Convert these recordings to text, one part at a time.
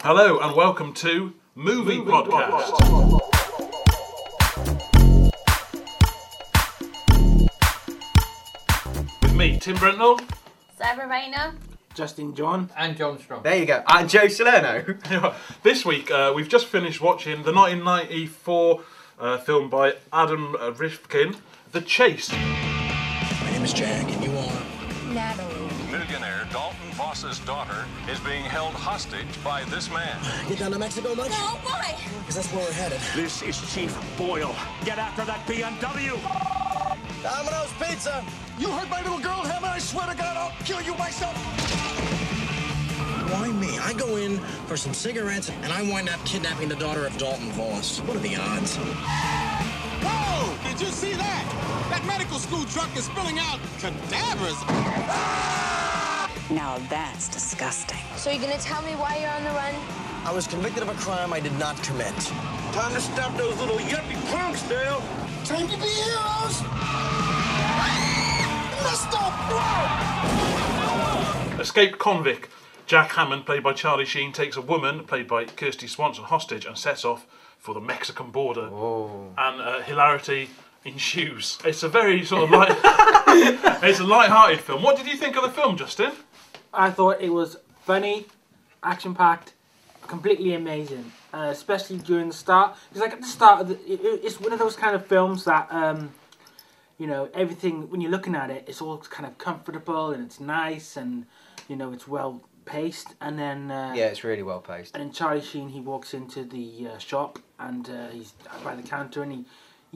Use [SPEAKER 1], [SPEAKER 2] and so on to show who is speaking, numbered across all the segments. [SPEAKER 1] Hello and welcome to Movie, Podcast. With me, Tim Brentnell.
[SPEAKER 2] Sarah Rayner.
[SPEAKER 3] Justin John.
[SPEAKER 4] And John Strong.
[SPEAKER 3] There you go. And Joe Salerno.
[SPEAKER 1] this week, uh, we've just finished watching the 1994 uh, film by Adam uh, Rifkin, The Chase.
[SPEAKER 5] My name is Jack, and you are.
[SPEAKER 6] Millionaire Dalton Boss's daughter is being held hostage by this man.
[SPEAKER 5] You gone to Mexico much?
[SPEAKER 2] Oh, why?
[SPEAKER 5] Because that's where we're headed.
[SPEAKER 7] This is Chief Boyle. Get after that BMW.
[SPEAKER 5] Domino's Pizza! You hurt my little girl, Heaven! I swear to God, I'll kill you myself! Why me? I go in for some cigarettes, and I wind up kidnapping the daughter of Dalton Voss. What are the odds?
[SPEAKER 8] Whoa! Did you see that? That medical school truck is spilling out cadavers.
[SPEAKER 9] Now that's disgusting.
[SPEAKER 2] So you're gonna tell me why you're on the run?
[SPEAKER 5] I was convicted of a crime I did not commit.
[SPEAKER 10] Time to stop those little yuppie punks, Dale.
[SPEAKER 8] Time to be heroes. Messed up.
[SPEAKER 1] Escaped convict Jack Hammond, played by Charlie Sheen, takes a woman, played by Kirsty Swanson, hostage and sets off for the Mexican border. And uh, hilarity ensues. It's a very sort of light. it's a light-hearted film. What did you think of the film, Justin?
[SPEAKER 3] I thought it was funny, action packed, completely amazing. Uh, especially during the start, because like at the start, of the, it, it- it's one of those kind of films that, um, you know, everything when you're looking at it, it's all kind of comfortable and it's nice and you know it's well paced. And then uh,
[SPEAKER 11] Yeah, it's really well paced.
[SPEAKER 3] And then Charlie Sheen, he walks into the uh, shop and uh, he's by the counter and he,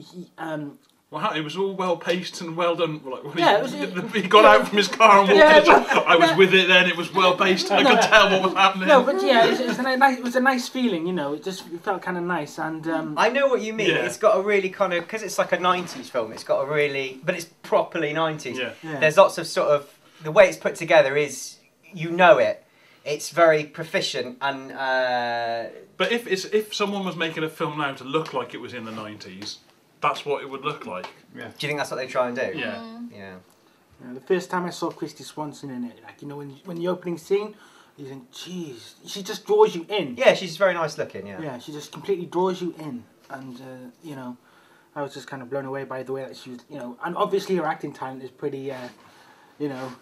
[SPEAKER 3] he um,
[SPEAKER 1] Wow, it was all well paced and well done. Like, when
[SPEAKER 3] Yeah,
[SPEAKER 1] he,
[SPEAKER 3] it was-
[SPEAKER 1] he got out from his car and walked
[SPEAKER 3] Yeah,
[SPEAKER 1] to the shop.
[SPEAKER 3] but-
[SPEAKER 1] I was
[SPEAKER 3] no.
[SPEAKER 1] with it then. It was well paced. I could tell what was happening.
[SPEAKER 3] No, but yeah, it's, it's a ni- nice, it was a nice feeling, you know. It just it felt kind of nice, and um,
[SPEAKER 11] I know what you mean.
[SPEAKER 1] Yeah.
[SPEAKER 11] It's got a really kind of because it's like a '90s film. It's got a really, but it's properly '90s.
[SPEAKER 1] Yeah.
[SPEAKER 3] Yeah.
[SPEAKER 11] There's lots of sort of the way it's put together is you know it. It's very proficient and uh,
[SPEAKER 1] But if it's, if someone was making a film now to look like it was in the nineties, that's what it would look like.
[SPEAKER 11] do you think that's what they try and do?
[SPEAKER 1] Yeah.
[SPEAKER 11] Yeah.
[SPEAKER 3] you know, the first time I saw Christy Swanson in it, like you know, when when the opening scene, you think, "Jeez," she just draws you in.
[SPEAKER 11] Yeah, she's very nice looking. Yeah.
[SPEAKER 3] Yeah, she just completely draws you in, and uh, you know, I was just kind of blown away by the way that she was, you know, and obviously her acting talent is pretty, uh, you know,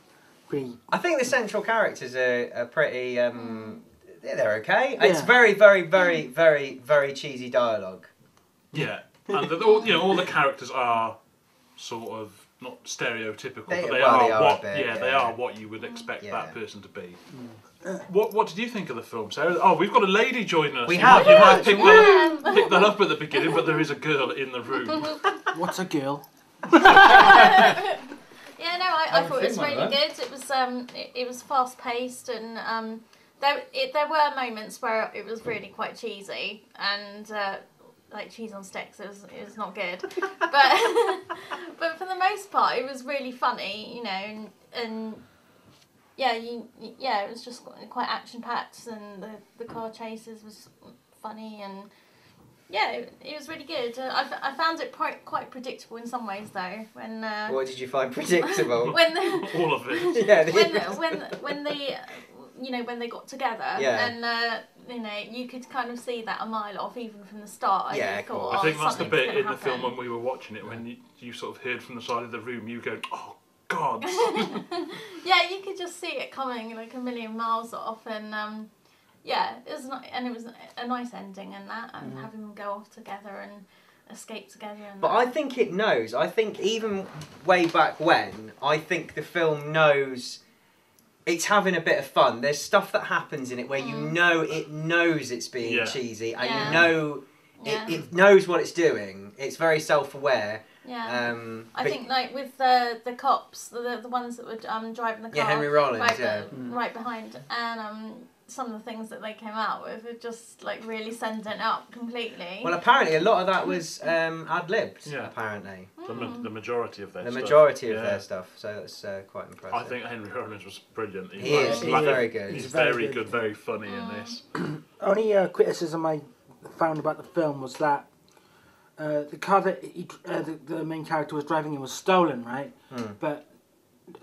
[SPEAKER 3] pretty.
[SPEAKER 11] I think the central characters are, are pretty. Um, yeah, they're okay. It's
[SPEAKER 3] Yeah.
[SPEAKER 11] very, very, very, very, very cheesy dialogue.
[SPEAKER 1] Yeah, and the, all, you know, all the characters are sort of not stereotypical,
[SPEAKER 11] They-
[SPEAKER 1] but they
[SPEAKER 11] well,
[SPEAKER 1] are,
[SPEAKER 11] they are a
[SPEAKER 1] what
[SPEAKER 11] bit,
[SPEAKER 1] yeah, they
[SPEAKER 11] yeah.
[SPEAKER 1] are what you would expect
[SPEAKER 11] Yeah.
[SPEAKER 1] that person to be. What What did you think of the film, Sarah? Oh, we've got a lady joining us.
[SPEAKER 11] We
[SPEAKER 1] You
[SPEAKER 11] have,
[SPEAKER 1] might- You
[SPEAKER 11] yeah.
[SPEAKER 1] might pick that, up, pick that up at the beginning, but there is a girl in the room.
[SPEAKER 3] What's a girl?
[SPEAKER 2] Yeah, no, I, I, thought it was really good. It was um, it, it was fast paced and um, there it, there were moments where it was really quite cheesy and uh, like cheese on sticks. It was it was not good, but but for the most part, it was really funny. You know, and, and yeah, you yeah, it was just quite action packed and the the car chases was funny and. Yeah, it, it was really good. Uh, I, f- I found it quite quite predictable in some ways though. When uh,
[SPEAKER 11] What did you find predictable?
[SPEAKER 2] when the,
[SPEAKER 1] All of it.
[SPEAKER 11] yeah. the-
[SPEAKER 2] when when when they you know when they got together
[SPEAKER 11] Yeah.
[SPEAKER 2] and uh, you know you could kind of see that a mile off even from the start. I
[SPEAKER 11] Yeah,
[SPEAKER 2] think,
[SPEAKER 11] of
[SPEAKER 2] oh,
[SPEAKER 11] course.
[SPEAKER 1] I think that's the
[SPEAKER 2] something's
[SPEAKER 1] bit
[SPEAKER 2] gonna
[SPEAKER 1] in the film
[SPEAKER 2] happen.
[SPEAKER 1] when we were watching it when you, you sort of heard from the side of the room. You go, oh God.
[SPEAKER 2] Yeah, you could just see it coming like a million miles off, and um, yeah, it was not, and it was a nice ending and that, and having them go off together and escape together. And
[SPEAKER 11] Mm-hmm. But
[SPEAKER 2] that.
[SPEAKER 11] I think it knows. I think even way back when, I think the film knows it's having a bit of fun. There's stuff that happens in it where you know it knows it's being
[SPEAKER 1] Yeah.
[SPEAKER 11] cheesy and
[SPEAKER 2] Mm. Yeah.
[SPEAKER 11] you know
[SPEAKER 2] Yeah.
[SPEAKER 11] it, it knows what it's doing. It's very self aware.
[SPEAKER 2] yeah.
[SPEAKER 11] Um,
[SPEAKER 2] I
[SPEAKER 11] but-
[SPEAKER 2] think like with the the cops, the the ones that were um, driving the car.
[SPEAKER 11] Yeah, Henry Rollins,
[SPEAKER 2] Right, be-
[SPEAKER 11] yeah.
[SPEAKER 1] Mm.
[SPEAKER 2] right behind, and um, some of the things that they came out with were just like really sending it up completely.
[SPEAKER 11] Well, apparently, a lot of that was um, ad libbed,
[SPEAKER 1] Yeah.
[SPEAKER 11] apparently.
[SPEAKER 1] the, ma- the majority of their
[SPEAKER 11] The
[SPEAKER 1] stuff.
[SPEAKER 11] majority of
[SPEAKER 1] Yeah.
[SPEAKER 11] their stuff. So that's uh, quite impressive.
[SPEAKER 1] I think Henry Rollins was brilliant.
[SPEAKER 11] He is,
[SPEAKER 1] was
[SPEAKER 11] he's
[SPEAKER 1] like-
[SPEAKER 11] very good.
[SPEAKER 1] He's
[SPEAKER 3] He's very
[SPEAKER 1] very
[SPEAKER 3] good.
[SPEAKER 1] good, very funny
[SPEAKER 4] Oh.
[SPEAKER 1] in this.
[SPEAKER 3] Only uh, criticism I found about the film was that uh, the car that he, uh, the, the
[SPEAKER 11] Hmm.
[SPEAKER 3] main character was driving in was stolen, right? But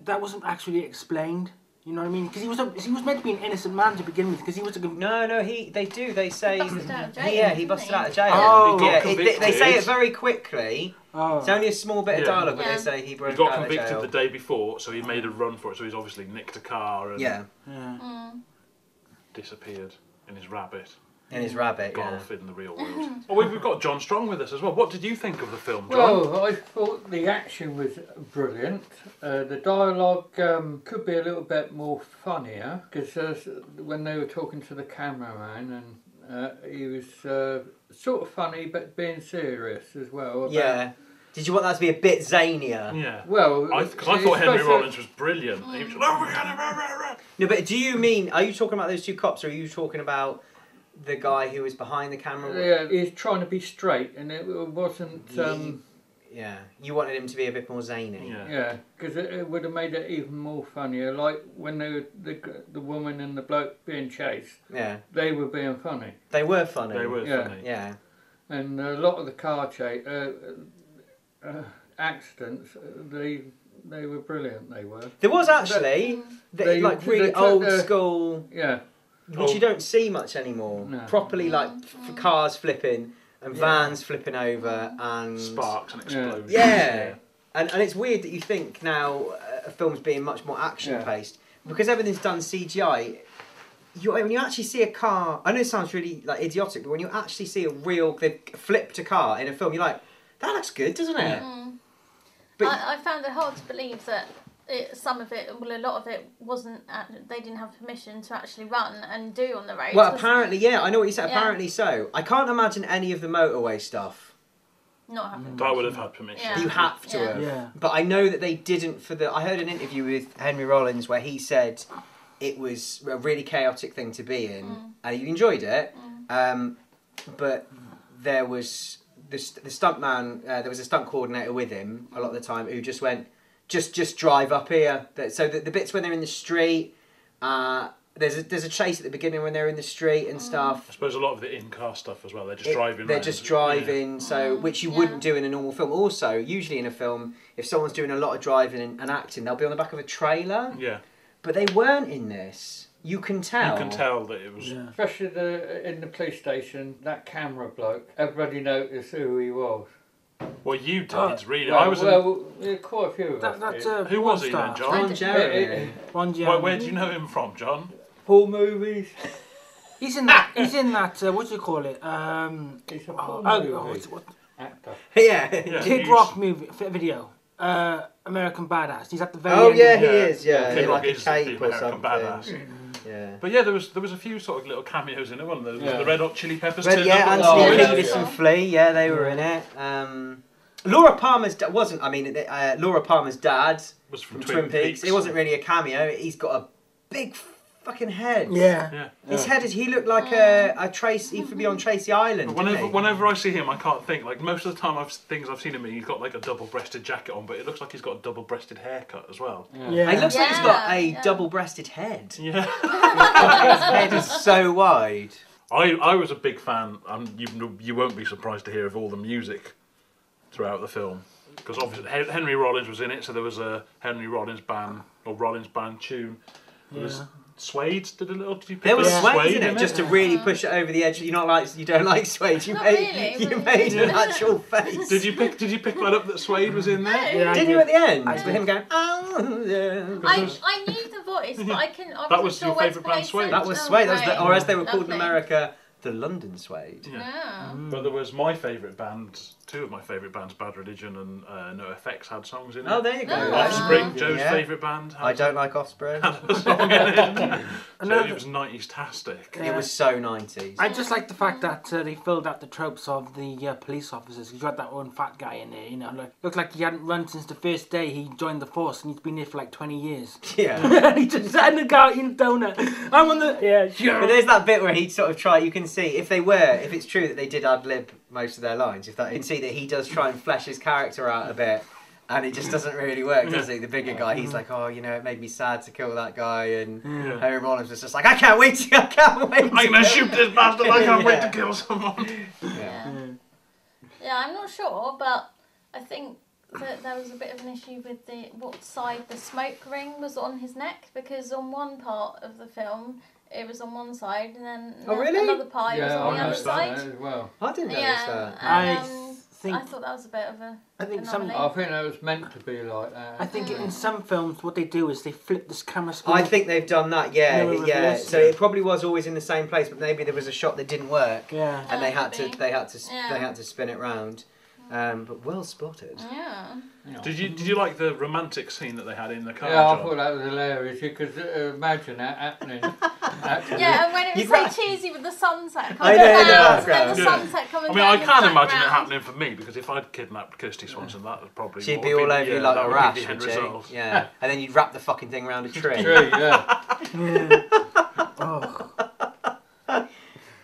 [SPEAKER 3] that wasn't actually explained. You know what I mean? Because he was a, he was meant to be an innocent man to begin with. Because he was a con-
[SPEAKER 11] No, no, he. They do. They say.
[SPEAKER 2] busted out of jail,
[SPEAKER 11] yeah, he
[SPEAKER 2] didn't
[SPEAKER 11] busted
[SPEAKER 2] he?
[SPEAKER 11] out of jail.
[SPEAKER 3] Oh. He
[SPEAKER 1] got
[SPEAKER 11] yeah. it- they, they say
[SPEAKER 1] convicted.
[SPEAKER 11] it very quickly.
[SPEAKER 3] oh.
[SPEAKER 11] It's only a small bit of
[SPEAKER 1] Yeah.
[SPEAKER 11] dialogue, but
[SPEAKER 2] Yeah.
[SPEAKER 11] they say he broke
[SPEAKER 1] He got
[SPEAKER 11] out of
[SPEAKER 1] convicted
[SPEAKER 11] jail.
[SPEAKER 1] the day before, so he made a run for it. So he's obviously nicked a car and
[SPEAKER 11] yeah,
[SPEAKER 3] yeah.
[SPEAKER 1] disappeared in his rabbit.
[SPEAKER 11] and his rabbit. Yeah.
[SPEAKER 1] Golf in the real world. oh, we- we've got John Strong with us as well. What did you think of the film, John?
[SPEAKER 4] Well, Oh, I thought the action was brilliant. Uh, the dialogue um, could be a little bit more funnier because uh, s- when they were talking to the cameraman and uh, he was uh, sort of funny but being serious as well. about-
[SPEAKER 11] Yeah. Did you want that to be a bit zanier?
[SPEAKER 1] yeah.
[SPEAKER 4] Well,
[SPEAKER 1] I, cause I
[SPEAKER 4] it's
[SPEAKER 1] thought Henry
[SPEAKER 4] supposed to-
[SPEAKER 1] Rollins was brilliant. He was, "Oh, we're gonna rah, rah, rah."
[SPEAKER 11] No, but do you mean? Are you talking about those two cops, or are you talking about the guy who was behind the camera?
[SPEAKER 4] Yeah, he's trying to be straight and it wasn't. Um,
[SPEAKER 11] Yeah. You wanted him to be a bit more zany.
[SPEAKER 1] Yeah.
[SPEAKER 4] Yeah, because it, it would have made it even more funnier. Like when they were, the g- the woman and the bloke being chased,
[SPEAKER 11] Yeah.
[SPEAKER 4] they were being funny,
[SPEAKER 11] They were funny.
[SPEAKER 1] They were
[SPEAKER 4] Yeah.
[SPEAKER 1] funny.
[SPEAKER 11] Yeah.
[SPEAKER 4] and a lot of the car chase uh, uh, accidents, uh, they they were brilliant. They were.
[SPEAKER 11] There was actually the,
[SPEAKER 4] They-
[SPEAKER 11] like
[SPEAKER 4] they
[SPEAKER 11] really
[SPEAKER 4] took
[SPEAKER 11] old
[SPEAKER 4] the-
[SPEAKER 11] school,
[SPEAKER 4] Yeah,
[SPEAKER 11] which
[SPEAKER 1] Oh.
[SPEAKER 11] you don't see much anymore.
[SPEAKER 4] No.
[SPEAKER 11] Properly like f- cars flipping and vans flipping over and
[SPEAKER 1] Sparks and explosions.
[SPEAKER 11] Yeah, and and it's weird that you think now uh, a film's being much more action paced because everything's done CGI. You, when you actually see a car, I know it sounds really like idiotic, but when you actually see a real they've flipped a car in a film, you're like, that looks good, doesn't it? But-
[SPEAKER 2] I, I found it hard to believe that it, some of it, well, a lot of it wasn't. At, they didn't have permission to actually run and do on the roads.
[SPEAKER 11] Well,
[SPEAKER 2] was
[SPEAKER 11] apparently, yeah, I know what you said.
[SPEAKER 2] Yeah.
[SPEAKER 11] Apparently, so I can't imagine any of the motorway stuff.
[SPEAKER 2] not happening.
[SPEAKER 1] That would have had permission.
[SPEAKER 2] Yeah.
[SPEAKER 11] You have to
[SPEAKER 2] Yeah.
[SPEAKER 11] have.
[SPEAKER 3] Yeah.
[SPEAKER 11] But I know that they didn't for the. I heard an interview with Henry Rollins where he said it was a really chaotic thing to be in,
[SPEAKER 2] Mm.
[SPEAKER 11] and you enjoyed it. Um, but there was the, st- the stunt man. Uh, there was a stunt coordinator with him a lot of
[SPEAKER 2] Mm.
[SPEAKER 11] the time who just went, just just drive up here. That- So the, the bits when they're in the street. Uh, there's a, there's a chase at the beginning when they're in the street
[SPEAKER 2] Mm.
[SPEAKER 11] and stuff.
[SPEAKER 1] I suppose a lot of the in-car stuff as well. They're just
[SPEAKER 11] It-
[SPEAKER 1] driving.
[SPEAKER 11] They're
[SPEAKER 1] round.
[SPEAKER 11] just
[SPEAKER 1] Yeah.
[SPEAKER 11] driving, so which you
[SPEAKER 2] yeah.
[SPEAKER 11] wouldn't do in a normal film. Also, usually in a film, if someone's doing a lot of driving and, and acting, they'll be on the back of a trailer.
[SPEAKER 1] Yeah.
[SPEAKER 11] But they weren't in this. You can tell.
[SPEAKER 1] You can tell that it was.
[SPEAKER 3] Yeah.
[SPEAKER 4] especially the in the police station, that camera bloke. Everybody noticed who he was.
[SPEAKER 1] Well, you did
[SPEAKER 3] Uh,
[SPEAKER 1] really.
[SPEAKER 4] Well,
[SPEAKER 1] I was. in-
[SPEAKER 4] well, yeah, quite a few of
[SPEAKER 3] That,
[SPEAKER 4] us
[SPEAKER 3] that's
[SPEAKER 4] did.
[SPEAKER 3] uh,
[SPEAKER 1] who
[SPEAKER 3] porn
[SPEAKER 1] was he
[SPEAKER 3] star.
[SPEAKER 1] then,
[SPEAKER 2] I
[SPEAKER 1] John?
[SPEAKER 2] didn't-
[SPEAKER 4] It- it-
[SPEAKER 11] Jeremy.
[SPEAKER 3] Ron
[SPEAKER 1] Where,
[SPEAKER 3] Jeremy.
[SPEAKER 1] where do you know him from, John?
[SPEAKER 4] Paul movies.
[SPEAKER 3] He's in that. He's in that. Uh, what do you call it? Um.
[SPEAKER 4] It's a
[SPEAKER 3] Oh,
[SPEAKER 4] Paul
[SPEAKER 3] oh, oh,
[SPEAKER 4] movie
[SPEAKER 3] it's- what,
[SPEAKER 4] actor.
[SPEAKER 11] yeah.
[SPEAKER 1] Yeah,
[SPEAKER 3] Kid
[SPEAKER 1] he's-
[SPEAKER 3] Rock movie f- video. Uh, American Badass. He's at the very
[SPEAKER 11] Oh
[SPEAKER 3] end.
[SPEAKER 11] yeah,
[SPEAKER 3] Of
[SPEAKER 11] he is. Yeah,
[SPEAKER 1] Kid
[SPEAKER 11] in,
[SPEAKER 1] Rock
[SPEAKER 11] like a
[SPEAKER 1] is the
[SPEAKER 11] cape or
[SPEAKER 1] American
[SPEAKER 11] something.
[SPEAKER 1] badass.
[SPEAKER 11] Yeah.
[SPEAKER 1] But yeah, there was there was a few sort of little cameos in it. One, there was
[SPEAKER 4] Yeah.
[SPEAKER 1] the Red Hot Chili Peppers.
[SPEAKER 11] But
[SPEAKER 1] turned
[SPEAKER 11] yeah,
[SPEAKER 1] up at the
[SPEAKER 4] Oh,
[SPEAKER 11] Anthony
[SPEAKER 1] beginning.
[SPEAKER 4] yeah.
[SPEAKER 11] Kiedis and Flea. Yeah, they were in it. Um, Laura Palmer's da- wasn't. I mean, uh, Laura Palmer's dad
[SPEAKER 1] was
[SPEAKER 11] from Twin, Peaks. It wasn't really a cameo. He's got a big fucking head.
[SPEAKER 3] Yeah.
[SPEAKER 1] Yeah.
[SPEAKER 11] His head is, he looked
[SPEAKER 2] Oh.
[SPEAKER 11] like a, a Trace, he could be on Tracy Island.
[SPEAKER 1] But
[SPEAKER 11] didn't
[SPEAKER 1] Whenever,
[SPEAKER 11] he?
[SPEAKER 1] whenever I see him, I can't think. Like most of the time, I've things I've seen him in, he's got like a double-breasted jacket on, but it looks like he's got a double-breasted haircut as well.
[SPEAKER 3] Yeah.
[SPEAKER 11] It looks like he's got a
[SPEAKER 2] Yeah.
[SPEAKER 11] double breasted head.
[SPEAKER 1] Yeah.
[SPEAKER 11] His head is so wide.
[SPEAKER 1] I, I was a big fan, and you, you won't be surprised to hear of all the music throughout the film. Because obviously Hen- Henry Rollins was in it, so there was a Henry Rollins band or Rollins band tune. There was Suede did a little. Did you pick
[SPEAKER 11] There was
[SPEAKER 1] up
[SPEAKER 11] suede,
[SPEAKER 1] Suede
[SPEAKER 11] in it, just to really push it over the edge. You not like you don't like suede. You
[SPEAKER 2] Not
[SPEAKER 11] made
[SPEAKER 2] really,
[SPEAKER 11] you
[SPEAKER 2] but-
[SPEAKER 11] made an actual face.
[SPEAKER 1] Did you pick? Did you pick that up that Suede was in there?
[SPEAKER 3] Yeah, I
[SPEAKER 11] Didn't
[SPEAKER 3] did.
[SPEAKER 11] you at the end?
[SPEAKER 3] I
[SPEAKER 11] with
[SPEAKER 3] did.
[SPEAKER 11] him going, oh, yeah.
[SPEAKER 2] I, I knew the voice, but I couldn't. I
[SPEAKER 1] Mm. That
[SPEAKER 2] wasn't
[SPEAKER 1] was
[SPEAKER 2] sure
[SPEAKER 1] your
[SPEAKER 2] where to
[SPEAKER 1] favourite band,
[SPEAKER 2] place
[SPEAKER 1] Suede.
[SPEAKER 2] it.
[SPEAKER 11] That was
[SPEAKER 2] Oh,
[SPEAKER 11] suede. That was
[SPEAKER 2] right.
[SPEAKER 11] the, or as they were called in
[SPEAKER 2] Lovely.
[SPEAKER 11] America, the London suede.
[SPEAKER 2] Yeah.
[SPEAKER 1] But there was my favourite band, two of my favourite bands, Bad Religion and uh, No Effects, had songs in it.
[SPEAKER 11] Oh, there you go.
[SPEAKER 2] Ah.
[SPEAKER 1] Offspring, Joe's
[SPEAKER 11] Yeah.
[SPEAKER 1] favourite band. Had
[SPEAKER 11] I don't like Offspring.
[SPEAKER 1] a song in it. so
[SPEAKER 3] Another-
[SPEAKER 1] it was nineties tastic.
[SPEAKER 11] it was so 90s.
[SPEAKER 3] I just like the fact that uh, they filled out the tropes of the uh, police officers. 'cause you had that one fat guy in there, you know, like, looked like he hadn't run since the first day he joined the force, and he's been there for like twenty years.
[SPEAKER 11] yeah.
[SPEAKER 3] he just sat in the Guardian donut. I'm on the yeah,
[SPEAKER 11] But
[SPEAKER 3] sure.
[SPEAKER 11] there's that bit where he sort of try. You can see if they were, if it's true that they did ad lib most of their lines. If that, you can see that he does try and flesh his character out a bit, and it just doesn't really work, does it? The bigger guy, he's like, oh, you know, it made me sad to kill that guy, and
[SPEAKER 1] Yeah.
[SPEAKER 11] Harry Rollins was just like, I can't wait, to, I can't wait.
[SPEAKER 1] I'm
[SPEAKER 11] to
[SPEAKER 1] gonna shoot this bastard! I can't wait
[SPEAKER 11] Yeah.
[SPEAKER 1] to kill someone.
[SPEAKER 2] Yeah. Yeah, I'm not sure, but I think that there was a bit of an issue with the what side the smoke ring was on his neck because on one part of the film it was on one side and then
[SPEAKER 11] Oh,
[SPEAKER 2] the-
[SPEAKER 11] really?
[SPEAKER 2] another part it was on the other side.
[SPEAKER 4] well.
[SPEAKER 11] I didn't notice
[SPEAKER 2] Yeah,
[SPEAKER 11] that.
[SPEAKER 3] I
[SPEAKER 2] and, um,
[SPEAKER 3] think-
[SPEAKER 2] I thought that was a bit of a.
[SPEAKER 3] I think some-
[SPEAKER 2] anomaly.
[SPEAKER 4] I think that was meant to be like that.
[SPEAKER 3] I think in some films, what they do is they flip this camera screen.
[SPEAKER 11] I think they've done that, yeah,
[SPEAKER 3] No,
[SPEAKER 11] yeah.
[SPEAKER 3] reverse.
[SPEAKER 11] So it probably was always in the same place, but maybe there was a shot that didn't work,
[SPEAKER 3] Yeah.
[SPEAKER 11] and they had to
[SPEAKER 2] Maybe.
[SPEAKER 11] they had to sp-
[SPEAKER 2] Yeah.
[SPEAKER 11] they had to spin it round. Um, but well spotted.
[SPEAKER 2] Yeah.
[SPEAKER 1] Did you did you like the romantic scene that they had in the car?
[SPEAKER 4] Yeah, I
[SPEAKER 1] John?
[SPEAKER 4] thought that was hilarious. You could uh, imagine that happening. actually.
[SPEAKER 2] Yeah, and when it was
[SPEAKER 11] You
[SPEAKER 2] so
[SPEAKER 11] gra-
[SPEAKER 2] cheesy with the sunset
[SPEAKER 11] I
[SPEAKER 2] coming
[SPEAKER 11] know, in the
[SPEAKER 2] down, and then
[SPEAKER 11] background.
[SPEAKER 2] the
[SPEAKER 1] Yeah.
[SPEAKER 2] sunset coming
[SPEAKER 1] I mean,
[SPEAKER 2] down.
[SPEAKER 1] I
[SPEAKER 2] in the
[SPEAKER 1] can't imagine it
[SPEAKER 2] background.
[SPEAKER 1] happening for me because if I'd kidnapped Kirsty Swanson, that would probably
[SPEAKER 11] She'd
[SPEAKER 1] what
[SPEAKER 11] be
[SPEAKER 1] would
[SPEAKER 11] all over
[SPEAKER 1] yeah,
[SPEAKER 11] you like
[SPEAKER 1] that
[SPEAKER 11] a
[SPEAKER 1] would be
[SPEAKER 11] rash,
[SPEAKER 1] the end
[SPEAKER 11] would she?
[SPEAKER 1] result.
[SPEAKER 11] Yeah, and then you'd wrap the fucking thing round a tree.
[SPEAKER 4] True, yeah.
[SPEAKER 3] Oh,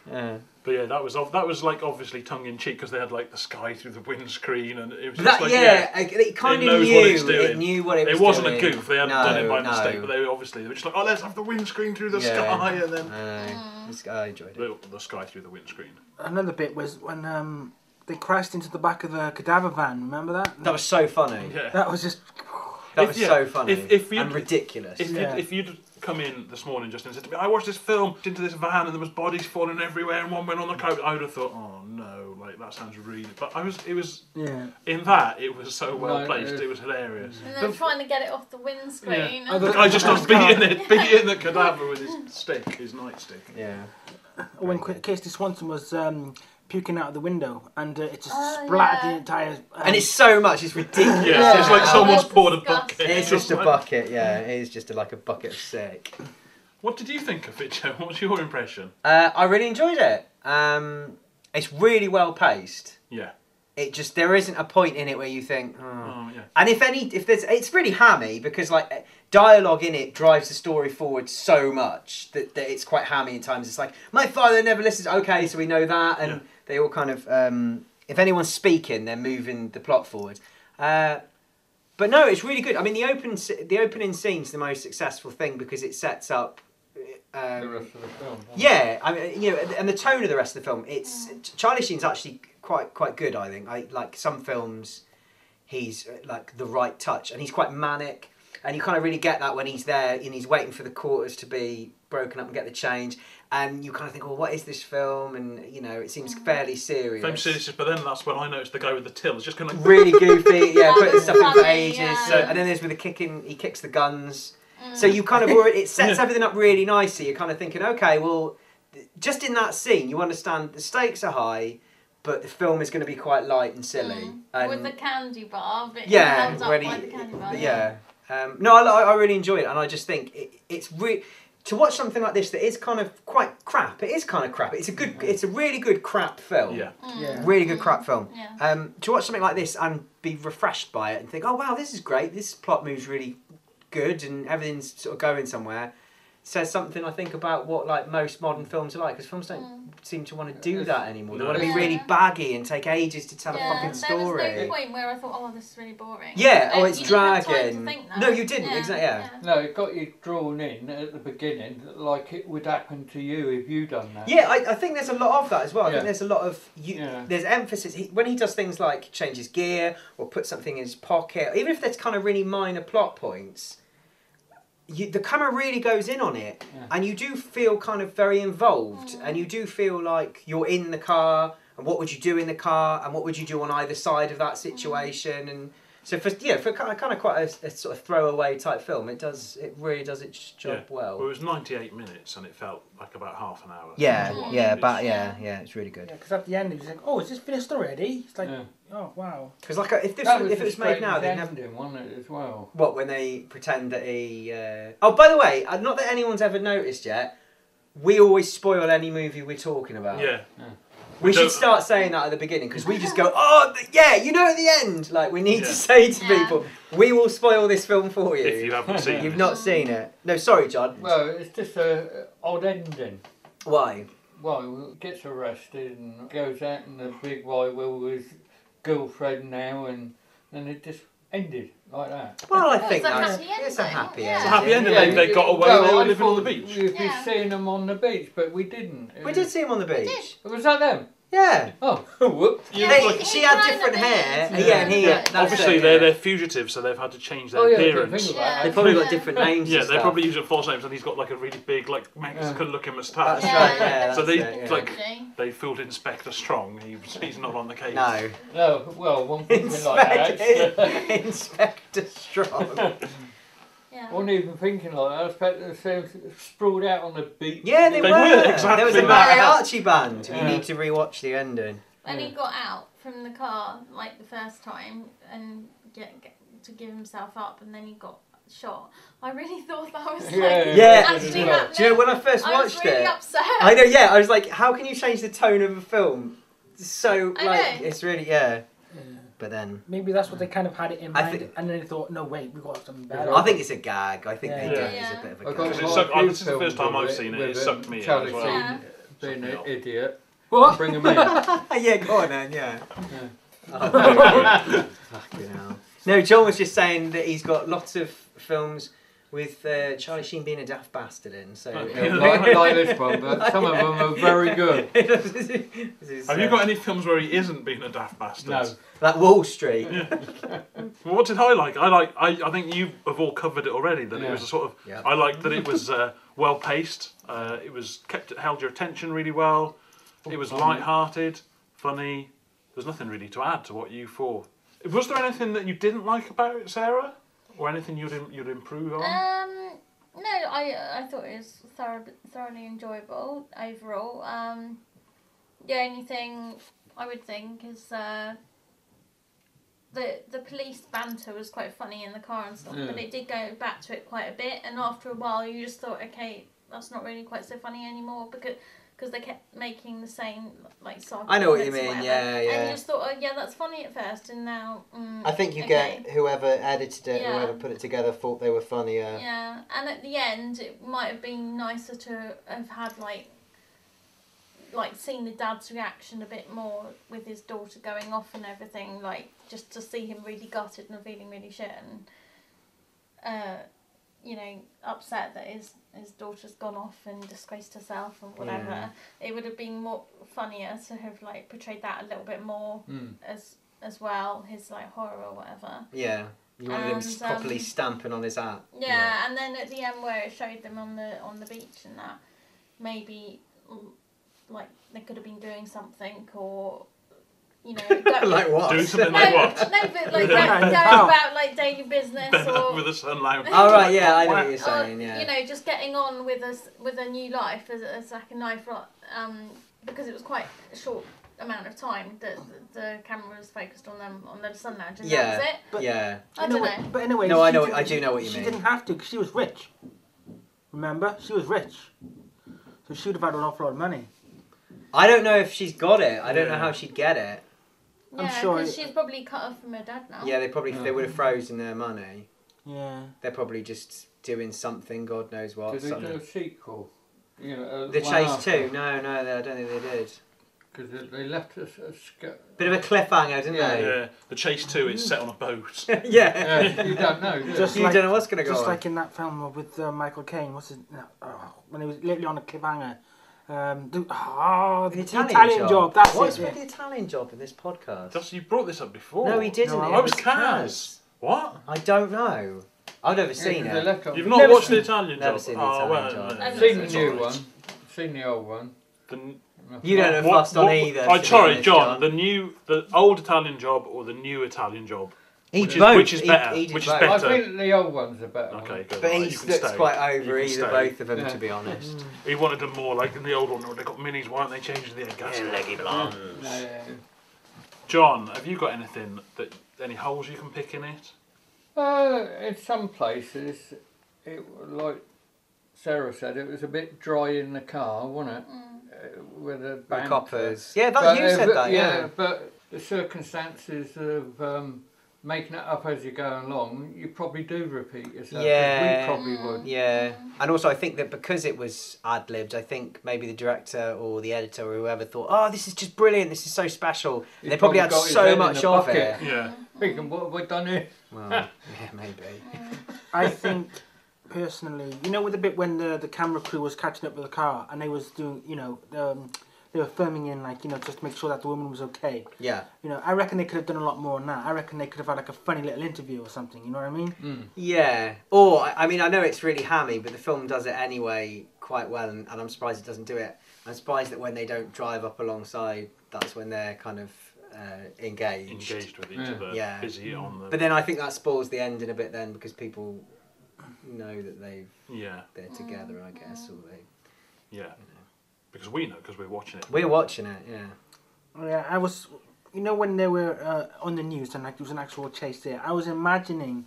[SPEAKER 11] Yeah.
[SPEAKER 1] But yeah, that was ob- that was like obviously tongue in cheek because they had like the sky through the windscreen and it was
[SPEAKER 11] But
[SPEAKER 1] just
[SPEAKER 11] that,
[SPEAKER 1] like
[SPEAKER 11] yeah, I- it kind
[SPEAKER 1] It
[SPEAKER 11] of
[SPEAKER 1] knows
[SPEAKER 11] knew.
[SPEAKER 1] what it's
[SPEAKER 11] It
[SPEAKER 1] doing.
[SPEAKER 11] knew what it was.
[SPEAKER 1] It wasn't
[SPEAKER 11] doing.
[SPEAKER 1] a goof. They hadn't
[SPEAKER 11] no,
[SPEAKER 1] done it by
[SPEAKER 11] no.
[SPEAKER 1] mistake, but they were obviously they were just like, oh, let's have the windscreen through the
[SPEAKER 11] Yeah.
[SPEAKER 1] sky, and then
[SPEAKER 11] No, this guy- I enjoyed it.
[SPEAKER 1] the, the sky through the windscreen.
[SPEAKER 3] another bit was when um, they crashed into the back of the cadaver van. Remember that?
[SPEAKER 11] That was so funny.
[SPEAKER 1] Yeah.
[SPEAKER 3] That was just.
[SPEAKER 11] That
[SPEAKER 1] If-
[SPEAKER 11] was
[SPEAKER 1] yeah,
[SPEAKER 11] so funny
[SPEAKER 1] if- if you-
[SPEAKER 11] and ridiculous.
[SPEAKER 1] If,
[SPEAKER 3] Yeah.
[SPEAKER 1] you'd, if you'd come in this morning just and said to me, I watched this film into this van and there was bodies falling everywhere and one went on the coat, I would have thought, oh no, like that sounds really. But I was, it was
[SPEAKER 3] Yeah.
[SPEAKER 1] in that it was so well
[SPEAKER 4] Right,
[SPEAKER 1] placed,
[SPEAKER 4] yeah.
[SPEAKER 1] it was hilarious.
[SPEAKER 2] And then trying to get it off the windscreen.
[SPEAKER 3] Yeah.
[SPEAKER 2] and-
[SPEAKER 1] The guy just starts beating it, beating the cadaver with his stick, his nightstick.
[SPEAKER 11] yeah.
[SPEAKER 3] When K- Kirsty Swanson was um, puking out of the window and uh, it just
[SPEAKER 2] Oh,
[SPEAKER 3] splattered
[SPEAKER 2] yeah.
[SPEAKER 3] the entire. Um,
[SPEAKER 11] And it's so much. It's ridiculous.
[SPEAKER 1] Yeah, it's like someone's poured a bucket.
[SPEAKER 11] It's just a
[SPEAKER 1] Like-
[SPEAKER 11] bucket, yeah. It is just a, like a bucket of sick.
[SPEAKER 1] What did you think of it, Joe? What's your impression?
[SPEAKER 11] Uh, I really enjoyed it. Um, it's really well paced.
[SPEAKER 1] Yeah.
[SPEAKER 11] It just there isn't a point in it where you think. "Oh."
[SPEAKER 1] Oh, yeah.
[SPEAKER 11] And if any, if there's, it's really hammy because like eh, dialogue in it drives the story forward so much that, that it's quite hammy at times. It's like my father never listens. Okay, so we know that, and
[SPEAKER 1] Yeah.
[SPEAKER 11] they all kind of. Um, if anyone's speaking, they're moving the plot forward. Uh, but no, it's really good. I mean, the open s- the opening scene's the most successful thing because it sets up. eh,
[SPEAKER 4] The
[SPEAKER 11] Um,
[SPEAKER 4] rest of the film.
[SPEAKER 11] yeah, I mean, you know, and the tone of the rest of the film. It's Charlie Sheen's actually quite quite good. I think. I like some films. He's uh, like the right touch, and he's quite manic, and you kind of really get that when he's there and he's waiting for the quarters to be broken up and get the change, and you kind of think, well, what is this film? And you know, it seems fairly serious.
[SPEAKER 1] Same series, but then that's when I noticed the guy with the till is just kind of.
[SPEAKER 11] Really goofy, yeah, putting stuff in for
[SPEAKER 2] Funny,
[SPEAKER 11] ages. So,
[SPEAKER 2] yeah. Mm.
[SPEAKER 11] and then there's with the kicking, he kicks the guns. So you kind of already, it sets everything up really nicely. You're kind of thinking, okay, well, th- just in that scene, you understand the stakes are high, but the film is going to be quite light and silly. And
[SPEAKER 2] Mm. with the candy bar, but yeah,
[SPEAKER 11] yeah,
[SPEAKER 2] held up
[SPEAKER 11] when
[SPEAKER 2] by
[SPEAKER 11] he-
[SPEAKER 2] the candy bar.
[SPEAKER 11] yeah. Um, no, I, li- I really enjoy it, and I just think it, it's really to watch something like this that is kind of quite crap. It is kind of crap. It's a good, it's a really good crap film.
[SPEAKER 1] Yeah.
[SPEAKER 2] Mm.
[SPEAKER 3] yeah.
[SPEAKER 11] Really good crap film.
[SPEAKER 2] Yeah.
[SPEAKER 11] Um, to watch something like this and be refreshed by it and think, oh wow, this is great. This plot moves really good and everything's sort of going somewhere. Says something I think about what like most modern films are like because
[SPEAKER 2] Mm.
[SPEAKER 11] films don't seem to want to do that anymore. They want to be
[SPEAKER 2] Yeah.
[SPEAKER 11] really baggy and take ages to tell a
[SPEAKER 2] Yeah,
[SPEAKER 11] fucking
[SPEAKER 2] there
[SPEAKER 11] story.
[SPEAKER 2] was no point where I thought, oh, this is really boring.
[SPEAKER 11] Yeah,
[SPEAKER 2] Like,
[SPEAKER 11] oh, it's
[SPEAKER 2] you didn't have time to
[SPEAKER 11] dragging.
[SPEAKER 2] think that.
[SPEAKER 11] No, you didn't, exactly, yeah.
[SPEAKER 4] No, it got you drawn in at the beginning, like it would happen to you if you done that.
[SPEAKER 11] Yeah, I, I think there's a lot of that as well. I think
[SPEAKER 4] Yeah.
[SPEAKER 11] there's a lot of you,
[SPEAKER 4] Yeah.
[SPEAKER 11] there's emphasis he, when he does things like change his gear or put something in his pocket, even if there's kind of really minor plot points. You, the camera really goes in on it,
[SPEAKER 4] Yeah.
[SPEAKER 11] and you do feel kind of very involved, and you do feel like you're in the car, and what would you do in the car, and what would you do on either side of that situation, and so for yeah, for kind of, kind of quite a, a sort of throwaway type film, it does it really does its job
[SPEAKER 1] Yeah.
[SPEAKER 11] well.
[SPEAKER 1] Well, it was 98 minutes and it felt like about half an hour.
[SPEAKER 11] Yeah,
[SPEAKER 1] It was-
[SPEAKER 11] yeah,
[SPEAKER 1] it's-
[SPEAKER 11] but yeah, yeah, it's really good.
[SPEAKER 3] Because at the end, it was like, oh, is this finished already? It's like,
[SPEAKER 4] Yeah.
[SPEAKER 3] oh, wow.
[SPEAKER 11] Because like if this
[SPEAKER 4] That
[SPEAKER 11] if it
[SPEAKER 4] the
[SPEAKER 11] was made now,
[SPEAKER 4] strange
[SPEAKER 11] they'd never.
[SPEAKER 4] ending, wasn't it, as well?
[SPEAKER 11] What when they pretend that he? Uh... Oh, by the way, uh, not that anyone's ever noticed yet. We always spoil any movie we're talking about.
[SPEAKER 1] Yeah.
[SPEAKER 11] we
[SPEAKER 1] Don't-
[SPEAKER 11] should start saying that at the beginning because we just go, oh th- yeah, you know, at the end. Like we need to
[SPEAKER 1] Yeah.
[SPEAKER 11] say to
[SPEAKER 2] Yeah.
[SPEAKER 11] people, we will spoil this film for you.
[SPEAKER 1] If you haven't seen
[SPEAKER 11] have
[SPEAKER 1] it.
[SPEAKER 11] not seen it. No, sorry, John.
[SPEAKER 4] Well, it's just a odd ending.
[SPEAKER 11] Why?
[SPEAKER 4] Well, gets arrested and goes out in the big white world with his girlfriend now, and and it just ended like that.
[SPEAKER 11] Well, I
[SPEAKER 2] Well,
[SPEAKER 11] think
[SPEAKER 2] it's a
[SPEAKER 11] that's
[SPEAKER 2] happy
[SPEAKER 11] it's a
[SPEAKER 2] ending,
[SPEAKER 11] happy
[SPEAKER 2] yeah.
[SPEAKER 11] ending.
[SPEAKER 2] It's a
[SPEAKER 1] happy ending,
[SPEAKER 11] yeah.
[SPEAKER 1] they- they got away with
[SPEAKER 4] I
[SPEAKER 1] all living on the
[SPEAKER 4] thought
[SPEAKER 1] beach.
[SPEAKER 4] You'd be
[SPEAKER 2] Yeah.
[SPEAKER 4] seeing them on the beach, but we didn't. It
[SPEAKER 11] We
[SPEAKER 4] was-
[SPEAKER 11] did see him on the beach.
[SPEAKER 4] Was that them?
[SPEAKER 11] Yeah.
[SPEAKER 4] Oh, whoops.
[SPEAKER 11] Yeah,
[SPEAKER 2] Yeah,
[SPEAKER 11] she-
[SPEAKER 2] he-
[SPEAKER 11] she
[SPEAKER 2] he
[SPEAKER 11] had
[SPEAKER 2] grown
[SPEAKER 11] different
[SPEAKER 2] the
[SPEAKER 11] hair.
[SPEAKER 2] beard.
[SPEAKER 11] Yeah, yeah and he.
[SPEAKER 2] Yeah.
[SPEAKER 11] that's
[SPEAKER 1] Obviously,
[SPEAKER 11] it,
[SPEAKER 1] they're,
[SPEAKER 11] yeah.
[SPEAKER 1] they're fugitives, so they've had to change their
[SPEAKER 4] Oh, yeah, I didn't
[SPEAKER 1] appearance.
[SPEAKER 4] think about
[SPEAKER 2] Yeah.
[SPEAKER 11] They
[SPEAKER 4] that.
[SPEAKER 11] probably got different names.
[SPEAKER 1] Yeah,
[SPEAKER 11] and
[SPEAKER 1] they
[SPEAKER 11] stuff.
[SPEAKER 1] probably using false names, and he's got like a really big, like Mexican-looking moustache.
[SPEAKER 11] That's right.
[SPEAKER 2] Yeah.
[SPEAKER 11] Yeah,
[SPEAKER 1] so
[SPEAKER 11] that's
[SPEAKER 1] they
[SPEAKER 11] it, yeah.
[SPEAKER 1] like
[SPEAKER 2] Okay.
[SPEAKER 1] they filled Inspector Strong. He was, he's not on the case.
[SPEAKER 11] No.
[SPEAKER 4] No, well, one thing like that.
[SPEAKER 11] Inspector, Inspector Strong.
[SPEAKER 2] Yeah.
[SPEAKER 4] wasn't even thinking like that. I expect them to sprawled out on the beach.
[SPEAKER 11] Yeah, they,
[SPEAKER 1] They
[SPEAKER 11] were.
[SPEAKER 1] were,
[SPEAKER 11] There was a
[SPEAKER 1] exactly.
[SPEAKER 11] mariachi band.
[SPEAKER 4] Yeah.
[SPEAKER 11] You need to rewatch the ending.
[SPEAKER 2] When he got out from the car like the first time and get, get to give himself up, and then he got shot. I really thought that was like
[SPEAKER 4] Yeah.
[SPEAKER 11] Yeah.
[SPEAKER 2] actually
[SPEAKER 4] Yeah.
[SPEAKER 2] happening.
[SPEAKER 11] Do you know when I first
[SPEAKER 2] I was
[SPEAKER 11] watched
[SPEAKER 2] really
[SPEAKER 11] it?
[SPEAKER 2] upset.
[SPEAKER 11] I know. Yeah, I was like, how can you change the tone of a film? So
[SPEAKER 2] I
[SPEAKER 11] like,
[SPEAKER 2] know.
[SPEAKER 11] it's really yeah. But then
[SPEAKER 3] Maybe that's what they kind of had it in
[SPEAKER 11] I
[SPEAKER 3] mind,
[SPEAKER 11] think-
[SPEAKER 3] and then they thought, no, wait, we've got to have something better.
[SPEAKER 11] I think it's a gag. I think
[SPEAKER 3] Yeah.
[SPEAKER 11] they did.
[SPEAKER 2] Yeah.
[SPEAKER 11] It's a bit of a
[SPEAKER 4] I've got
[SPEAKER 11] gag.
[SPEAKER 1] Because it
[SPEAKER 4] quite
[SPEAKER 1] sucked-
[SPEAKER 4] a few
[SPEAKER 1] this is the
[SPEAKER 4] films
[SPEAKER 1] first time
[SPEAKER 4] with
[SPEAKER 1] I've seen it,
[SPEAKER 4] with
[SPEAKER 1] it sucked me in
[SPEAKER 4] Charlie
[SPEAKER 1] as well.
[SPEAKER 4] Sheen
[SPEAKER 2] Yeah.
[SPEAKER 4] Being
[SPEAKER 1] Sucked
[SPEAKER 4] an
[SPEAKER 1] me in.
[SPEAKER 4] idiot.
[SPEAKER 3] What?
[SPEAKER 4] Bring him in.
[SPEAKER 11] yeah, go on then. Yeah. Oh, Fucking hell. No, John was just saying that he's got lots of films with uh, Charlie Sheen being a daft bastard in. So.
[SPEAKER 4] Yeah, like, like this one, but some of them are very good.
[SPEAKER 11] This is,
[SPEAKER 1] Have
[SPEAKER 11] uh,
[SPEAKER 1] you got any films where he isn't being a daft bastard?
[SPEAKER 4] No.
[SPEAKER 11] that Wall Street?
[SPEAKER 1] Well, what did I like? I like. I, I think you have all covered it already. That
[SPEAKER 4] Yeah.
[SPEAKER 1] it was a sort of.
[SPEAKER 11] Yeah.
[SPEAKER 1] I liked that it was uh, well paced. Uh, it was kept. It held your attention really well.
[SPEAKER 11] Oh,
[SPEAKER 1] It was light-hearted, funny. There's nothing really to add to what you thought. Was there anything that you didn't like about it, Sarah, or anything you'd im- you'd improve on?
[SPEAKER 4] Uh,
[SPEAKER 2] Um, no, I I thought it was thorough, thoroughly enjoyable overall. Um, the only thing I would think is uh, the the police banter was quite funny in the car and stuff, but
[SPEAKER 4] Yeah.
[SPEAKER 2] it did go back to it quite a bit, and after a while, you just thought, okay, that's not really quite so funny anymore because. Because they kept making the same like sarcasm.
[SPEAKER 11] I know what you
[SPEAKER 2] comments or
[SPEAKER 11] mean,
[SPEAKER 2] whatever,
[SPEAKER 11] yeah,
[SPEAKER 2] And
[SPEAKER 11] yeah.
[SPEAKER 2] you just thought, oh yeah, that's funny at first, and now. Mm,
[SPEAKER 11] I think you
[SPEAKER 2] okay.
[SPEAKER 11] get whoever edited it,
[SPEAKER 2] Yeah.
[SPEAKER 11] whoever put it together, thought they were funnier.
[SPEAKER 2] Yeah, and at the end, it might have been nicer to have had like, like seen the dad's reaction a bit more with his daughter going off and everything, like just to see him really gutted and feeling really shit and, uh, you know, upset that his his daughter's gone off and disgraced herself and whatever.
[SPEAKER 11] Yeah.
[SPEAKER 2] It would have been more funnier to have like portrayed that a little bit more
[SPEAKER 4] Mm.
[SPEAKER 2] as as well his like horror or whatever.
[SPEAKER 11] Yeah. You wanted him
[SPEAKER 2] And,
[SPEAKER 11] s- properly
[SPEAKER 2] um,
[SPEAKER 11] stamping on his hat.
[SPEAKER 2] Yeah, and then at the end where it showed them on the on the beach and that, maybe mm, like they could have been doing something or you know go-
[SPEAKER 11] like what?
[SPEAKER 1] Doing something
[SPEAKER 2] no,
[SPEAKER 1] like what?
[SPEAKER 2] no, but like go,
[SPEAKER 1] With a
[SPEAKER 2] go
[SPEAKER 3] bent out.
[SPEAKER 2] about like daily business
[SPEAKER 1] Ben
[SPEAKER 2] or.
[SPEAKER 1] with a sunlight.
[SPEAKER 11] Oh, right, yeah, I know what you're
[SPEAKER 2] or,
[SPEAKER 11] saying, yeah.
[SPEAKER 2] You know, just getting on with us with a new life as, as like a knife lot, um, because it was quite a short amount of time that the, the camera was focused on them on the sun lounge, and
[SPEAKER 11] Yeah.
[SPEAKER 2] that was it.
[SPEAKER 11] yeah.
[SPEAKER 2] I
[SPEAKER 3] In a
[SPEAKER 2] don't
[SPEAKER 3] way-
[SPEAKER 2] know.
[SPEAKER 3] But anyway,
[SPEAKER 11] No, I
[SPEAKER 3] she
[SPEAKER 11] know-
[SPEAKER 3] did-
[SPEAKER 11] I do know what you
[SPEAKER 3] she
[SPEAKER 11] mean.
[SPEAKER 3] didn't have to because she was rich. Remember, she was rich, so she would have had an awful lot of money.
[SPEAKER 11] I don't know if she's got it. I don't know
[SPEAKER 1] Yeah.
[SPEAKER 11] how she'd get it.
[SPEAKER 3] I'm
[SPEAKER 2] Yeah,
[SPEAKER 3] sure
[SPEAKER 2] because
[SPEAKER 3] it-
[SPEAKER 2] she's probably cut off from her dad now.
[SPEAKER 11] Yeah, they probably they would have frozen their money.
[SPEAKER 3] Yeah.
[SPEAKER 11] They're probably just doing something, God knows what.
[SPEAKER 4] Did they do
[SPEAKER 11] something.
[SPEAKER 4] a sequel? You know, uh,
[SPEAKER 11] The
[SPEAKER 4] one
[SPEAKER 11] Chase
[SPEAKER 4] after?
[SPEAKER 11] Two? No, no, they, I don't think they did.
[SPEAKER 4] Because they, they left us a sca-
[SPEAKER 11] Bit of a cliffhanger, didn't
[SPEAKER 4] Yeah.
[SPEAKER 11] they?
[SPEAKER 1] Yeah, the Chase Two is set on a boat.
[SPEAKER 11] Yeah.
[SPEAKER 4] Yeah, you don't know. do you?
[SPEAKER 3] Just
[SPEAKER 11] you
[SPEAKER 3] like-
[SPEAKER 11] don't know what's gonna go
[SPEAKER 3] Just
[SPEAKER 11] on.
[SPEAKER 3] like in that film with uh, Michael Caine, what's his? No, oh, when he was literally on a cliffhanger. Um, the, oh, the, Italian, job. That's
[SPEAKER 11] What's
[SPEAKER 3] it.
[SPEAKER 11] with
[SPEAKER 3] yeah.
[SPEAKER 11] the Italian job in this podcast?
[SPEAKER 1] Just- you brought this up before.
[SPEAKER 11] no, he didn't.
[SPEAKER 3] No,
[SPEAKER 11] it
[SPEAKER 1] I was
[SPEAKER 11] was
[SPEAKER 1] Kaz. What?
[SPEAKER 11] I don't know. I've never
[SPEAKER 4] Yeah,
[SPEAKER 11] seen
[SPEAKER 4] 'cause They
[SPEAKER 11] it.
[SPEAKER 4] left on
[SPEAKER 1] You've not
[SPEAKER 11] Never
[SPEAKER 1] watched
[SPEAKER 11] seen-
[SPEAKER 1] the Italian
[SPEAKER 11] never
[SPEAKER 1] Job?
[SPEAKER 11] seen The
[SPEAKER 1] Oh,
[SPEAKER 11] Italian
[SPEAKER 1] well,
[SPEAKER 11] Job.
[SPEAKER 1] no,
[SPEAKER 2] I've
[SPEAKER 4] seen the
[SPEAKER 1] it's
[SPEAKER 4] new
[SPEAKER 1] alright.
[SPEAKER 4] one, seen the old one.
[SPEAKER 1] The-
[SPEAKER 11] You don't have
[SPEAKER 1] What-
[SPEAKER 11] fussed on
[SPEAKER 1] what-
[SPEAKER 11] either. to
[SPEAKER 1] I'm
[SPEAKER 11] be
[SPEAKER 1] sorry,
[SPEAKER 11] honest,
[SPEAKER 1] John, The new, the old Italian job or the new Italian job?
[SPEAKER 11] He
[SPEAKER 1] which
[SPEAKER 11] did
[SPEAKER 1] is-
[SPEAKER 11] both.
[SPEAKER 1] which is
[SPEAKER 11] He-
[SPEAKER 1] better,
[SPEAKER 11] he did
[SPEAKER 1] which is
[SPEAKER 11] both.
[SPEAKER 1] better.
[SPEAKER 4] I think the old one's a better
[SPEAKER 1] Okay,
[SPEAKER 4] one.
[SPEAKER 1] good.
[SPEAKER 11] But
[SPEAKER 1] alright,
[SPEAKER 11] he
[SPEAKER 1] you can
[SPEAKER 11] looks
[SPEAKER 1] stay.
[SPEAKER 11] quite
[SPEAKER 1] You
[SPEAKER 11] over
[SPEAKER 1] can
[SPEAKER 11] either,
[SPEAKER 1] stay.
[SPEAKER 11] both of them,
[SPEAKER 4] Yeah.
[SPEAKER 11] to be honest.
[SPEAKER 1] He wanted them more like in the old one where they got minis. Why aren't they changing the egg gas?
[SPEAKER 4] Yeah.
[SPEAKER 1] John, have you got anything that any holes you can pick in it?
[SPEAKER 4] Uh, in some places, it w- like Sarah said, it was a bit dry in the car, wasn't it? Uh, with the,
[SPEAKER 11] The
[SPEAKER 4] banter.
[SPEAKER 11] coppers. Yeah, that you
[SPEAKER 4] uh,
[SPEAKER 11] said that. Yeah.
[SPEAKER 4] but the circumstances of um, making it up as you go along, you probably do repeat yourself. 'cause
[SPEAKER 11] Yeah. Mm.
[SPEAKER 4] we probably
[SPEAKER 3] Mm-hmm.
[SPEAKER 4] would.
[SPEAKER 11] Yeah, and also I think that because it was ad libbed, I think maybe the director or the editor or whoever thought, "Oh, this is just brilliant! This is so special."
[SPEAKER 4] He
[SPEAKER 11] they probably,
[SPEAKER 4] probably
[SPEAKER 11] had
[SPEAKER 4] got his
[SPEAKER 11] so
[SPEAKER 4] head in
[SPEAKER 11] much
[SPEAKER 4] the
[SPEAKER 11] of it.
[SPEAKER 4] bucket.
[SPEAKER 1] Yeah.
[SPEAKER 4] Thinking, what have we done here?
[SPEAKER 11] Well, yeah, maybe.
[SPEAKER 3] I think personally, you know, with the bit when the, the camera crew was catching up with the car and they was doing, you know, um, they were filming in like you know just to make sure that the woman was okay.
[SPEAKER 11] Yeah.
[SPEAKER 3] You know, I reckon they could have done a lot more on that. I reckon they could have had like a funny little interview or something. You know what I mean?
[SPEAKER 11] Yeah. Or I- I mean, I know it's really hammy, but the film does it anyway quite well, and, and I'm surprised it doesn't do it. I'm surprised that when they don't drive up alongside, that's when they're kind of uh, engaged.
[SPEAKER 1] Engaged with each other, busy on the-
[SPEAKER 11] Mm. But then I think that spoils the ending a bit then because people know that they've
[SPEAKER 1] Yeah.
[SPEAKER 11] they're together, I guess, or they
[SPEAKER 1] Yeah. Because we know, because we're watching it.
[SPEAKER 11] we're watching it. Yeah.
[SPEAKER 3] Oh, Yeah, I was. You know when they were uh, on the news and like there was an actual chase there, I was imagining